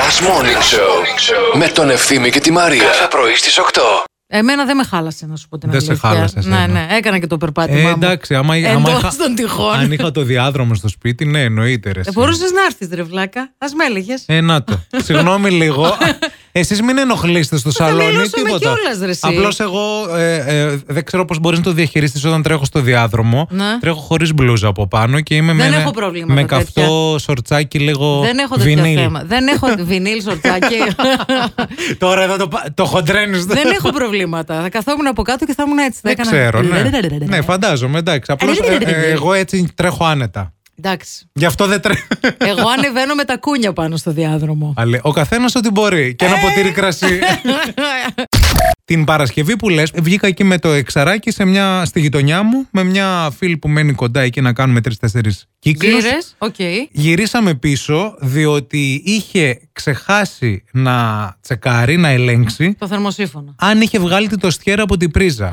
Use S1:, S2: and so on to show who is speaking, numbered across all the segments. S1: Last Morning Show με τον Ευθύμη και τη Μαρία. Κάθε πρωί στις 8.
S2: Εμένα δεν με χάλασε, να σου πω την
S3: Δεν
S2: αλήθεια.
S3: σε χάλασες
S2: Ναι,
S3: εσένα.
S2: ναι, έκανα και το περπάτημά
S3: Ε, εντάξει, άμα,
S2: μου.
S3: άμα
S2: Εντός
S3: είχα-
S2: των τυχών.
S3: αν είχα το διάδρομο στο σπίτι, ναι, εννοείται. Ρε,
S2: Ε,
S3: εσύ.
S2: μπορούσες να έρθεις, ρε βλάκα. Ας με έλεγε.
S3: Ε, να το. Συγγνώμη λίγο. Εσείς μην ενοχλείστε στο
S2: Θα
S3: σαλόνι,
S2: μιλούσαμε
S3: τίποτα.
S2: κιόλας, ρε, εσύ.
S3: Απλώς εγώ ε, ε, δεν ξέρω πώς μπορεί να το διαχειριστείς όταν τρέχω στο διάδρομο.
S2: Ναι.
S3: Τρέχω χωρίς μπλούζα από πάνω και είμαι
S2: Δεν
S3: με,
S2: έχω πρόβλημα
S3: με
S2: με τέτοια.
S3: καυτό σορτσάκι λίγο.
S2: δεν έχω τέτοιο
S3: βινίλ.
S2: θέμα. Δεν έχω βινίλ, σορτσάκι.
S3: Τώρα εδώ το, πα- το χοντρένεις.
S2: δεν έχω προβλήματα. Θα καθόμουν από κάτω και θα ήμουν έτσι. Θα
S3: Δεν
S2: έκανα-
S3: ξέρω, ναι. ναι, φαντάζομαι, εντάξει. Απλώς, ε, ε, εγώ έτσι τρέχω άνετα.
S2: Εντάξει.
S3: Γι' αυτό δεν τρέχω.
S2: Εγώ ανεβαίνω με τα κούνια πάνω στο διάδρομο.
S3: Αλλά ο καθένας ό,τι μπορεί. Και ένα
S2: Ε!
S3: ποτήρι κρασί. Την Παρασκευή που λες βγήκα εκεί με το εξαράκι σε μια, στη γειτονιά μου με μια φίλη που μένει κοντά εκεί να κάνουμε τρει-τέσσερι κύκλους.
S2: Γύρες, οκ.
S3: Γυρίσαμε πίσω διότι είχε ξεχάσει να τσεκάρει, να ελέγξει
S2: Το θερμοσύφωνο.
S3: αν είχε βγάλει τη τοστιέρα από την πρίζα.
S2: Α.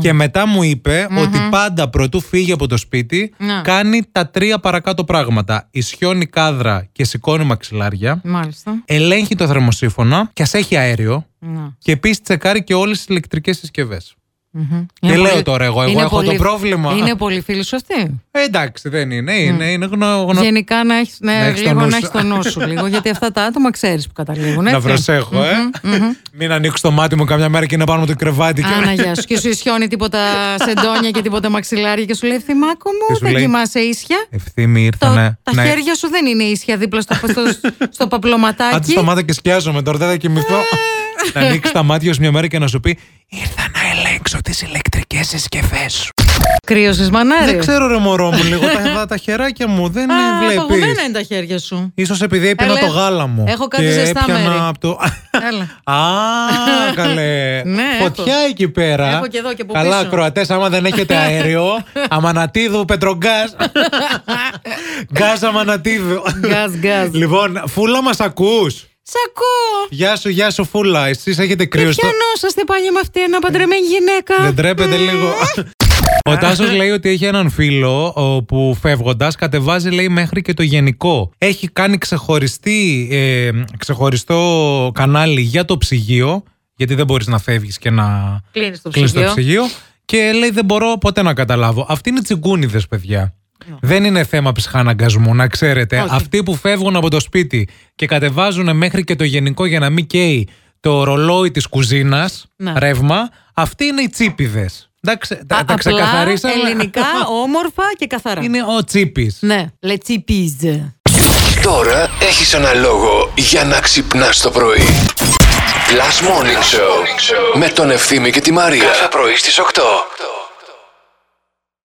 S3: Και μετά μου είπε ότι πάντα πρωτού φύγει από το σπίτι,
S2: Ναι.
S3: κάνει τα τρία παρακάτω πράγματα. Ισιώνει κάδρα και σηκώνει μαξιλάρια.
S2: Μάλιστα.
S3: Ελέγχει το θερμοσύφωνα και ας έχει αέριο.
S2: Να.
S3: Και επίσης τσεκάρει και όλες τις ηλεκτρικές συσκευές.
S2: Μμμ.
S3: Και
S2: Είναι
S3: λέω
S2: πολύ-
S3: τώρα εγώ, εγώ
S2: είναι
S3: έχω
S2: πολύ-
S3: το πρόβλημα.
S2: Είναι πολύ φίλη σου αυτή.
S3: Ε, εντάξει, δεν
S2: Ναι.
S3: είναι. Είναι, είναι γνω, γνω-
S2: Γενικά να έχεις, ναι,
S3: Να έχεις το
S2: λίγο
S3: νου
S2: να
S3: σου.
S2: έχεις το νου σου λίγο, γιατί αυτά τα άτομα ξέρεις που καταλήγουν.
S3: Να
S2: Έτσι.
S3: προσέχω, ε. Μην ανοίξω το μάτι μου καμιά μέρα και να πάνω από το κρεβάτι. και-
S2: Άνα γεια σου. Και σου ισιώνει τίποτα σεντόνια και τίποτα μαξιλάρια και σου λέει Θυμάκο
S3: Και
S2: μου,
S3: σου
S2: δεν
S3: λέει, ναι,
S2: κοιμάσαι ίσια.
S3: Ευθύμη
S2: Το,
S3: ήρθανε.
S2: τα χέρια σου δεν είναι ίσια δίπλα στο, στο, στο
S3: Άντε
S2: παπλωματάκι.
S3: σταμάτα και σκιάζομαι τώρα, δεν θα κοιμηθώ.
S2: Ε.
S3: να ανοίξει τα μάτια σου μια μέρα και να σου πει Ήρθα να ελέγξω τις ηλεκτρικές συσκευές σου.
S2: Κρύωσες
S3: Δεν
S2: μανάρι.
S3: ξέρω, ρε μωρό μου, λίγο τα, τα χεράκια μου δεν
S2: Α,
S3: βλέπει.
S2: παγωμένα είναι τα χέρια σου.
S3: Ίσως επειδή έπινα
S2: Έλα,
S3: το γάλα μου.
S2: Ε, έχω κάτι
S3: και
S2: ζεστά
S3: έπιανα
S2: μέρη.
S3: απ' το...
S2: Έλα.
S3: Α, καλέ.
S2: Ναι, έχω.
S3: Φωτιά εκεί πέρα.
S2: Έχω και εδώ και από
S3: Καλά,
S2: πίσω.
S3: ακροατέ, άμα δεν έχετε αέριο. αμανατίδου, πετρογκάζ. Γκάζ αμανατίδου.
S2: Γκάζ, γκάζ.
S3: Λοιπόν, φούλα μας ακούς.
S2: Σ' ακούω.
S3: Γεια σου, γεια σου, φούλα. Εσείς έχετε
S2: Και
S3: κρύο στο.
S2: πιανόσαστε πάλι με αυτή ένα παντρεμένη γυναίκα.
S3: Δεν τρέπετε λίγο. Ο Τάσος λέει ότι έχει έναν φίλο ο, που φεύγοντας κατεβάζει λέει μέχρι και το γενικό. Έχει κάνει ξεχωριστή, ε, ξεχωριστό κανάλι για το ψυγείο, γιατί δεν μπορείς να φεύγεις και να
S2: Κλείνεις το
S3: κλείνεις το
S2: ψυγείο.
S3: ψυγείο. Και λέει δεν μπορώ ποτέ να καταλάβω. Αυτοί είναι τσιγκούνιδες, παιδιά. Δεν είναι θέμα ψυχαναγκασμού, να ξέρετε.
S2: Ναι. Όχι.
S3: Αυτοί που φεύγουν από το σπίτι και κατεβάζουν μέχρι και το γενικό για να μην καίει το ρολόι της κουζίνας,
S2: Ναι.
S3: ρεύμα, αυτοί είναι οι τσίπιδε. Εντάξει, τα, τα
S2: Απλά,
S3: ξεκαθαρίσαμε.
S2: ελληνικά, όμορφα και καθαρά.
S3: Είναι ο τσίπης.
S2: Ναι, λετσίπιζ.
S1: Τώρα έχεις ένα λόγο για να ξυπνάς το πρωί. Last Morning Show με τον Ευθύμη και τη Μαρία. Κάθε πρωί στις 8.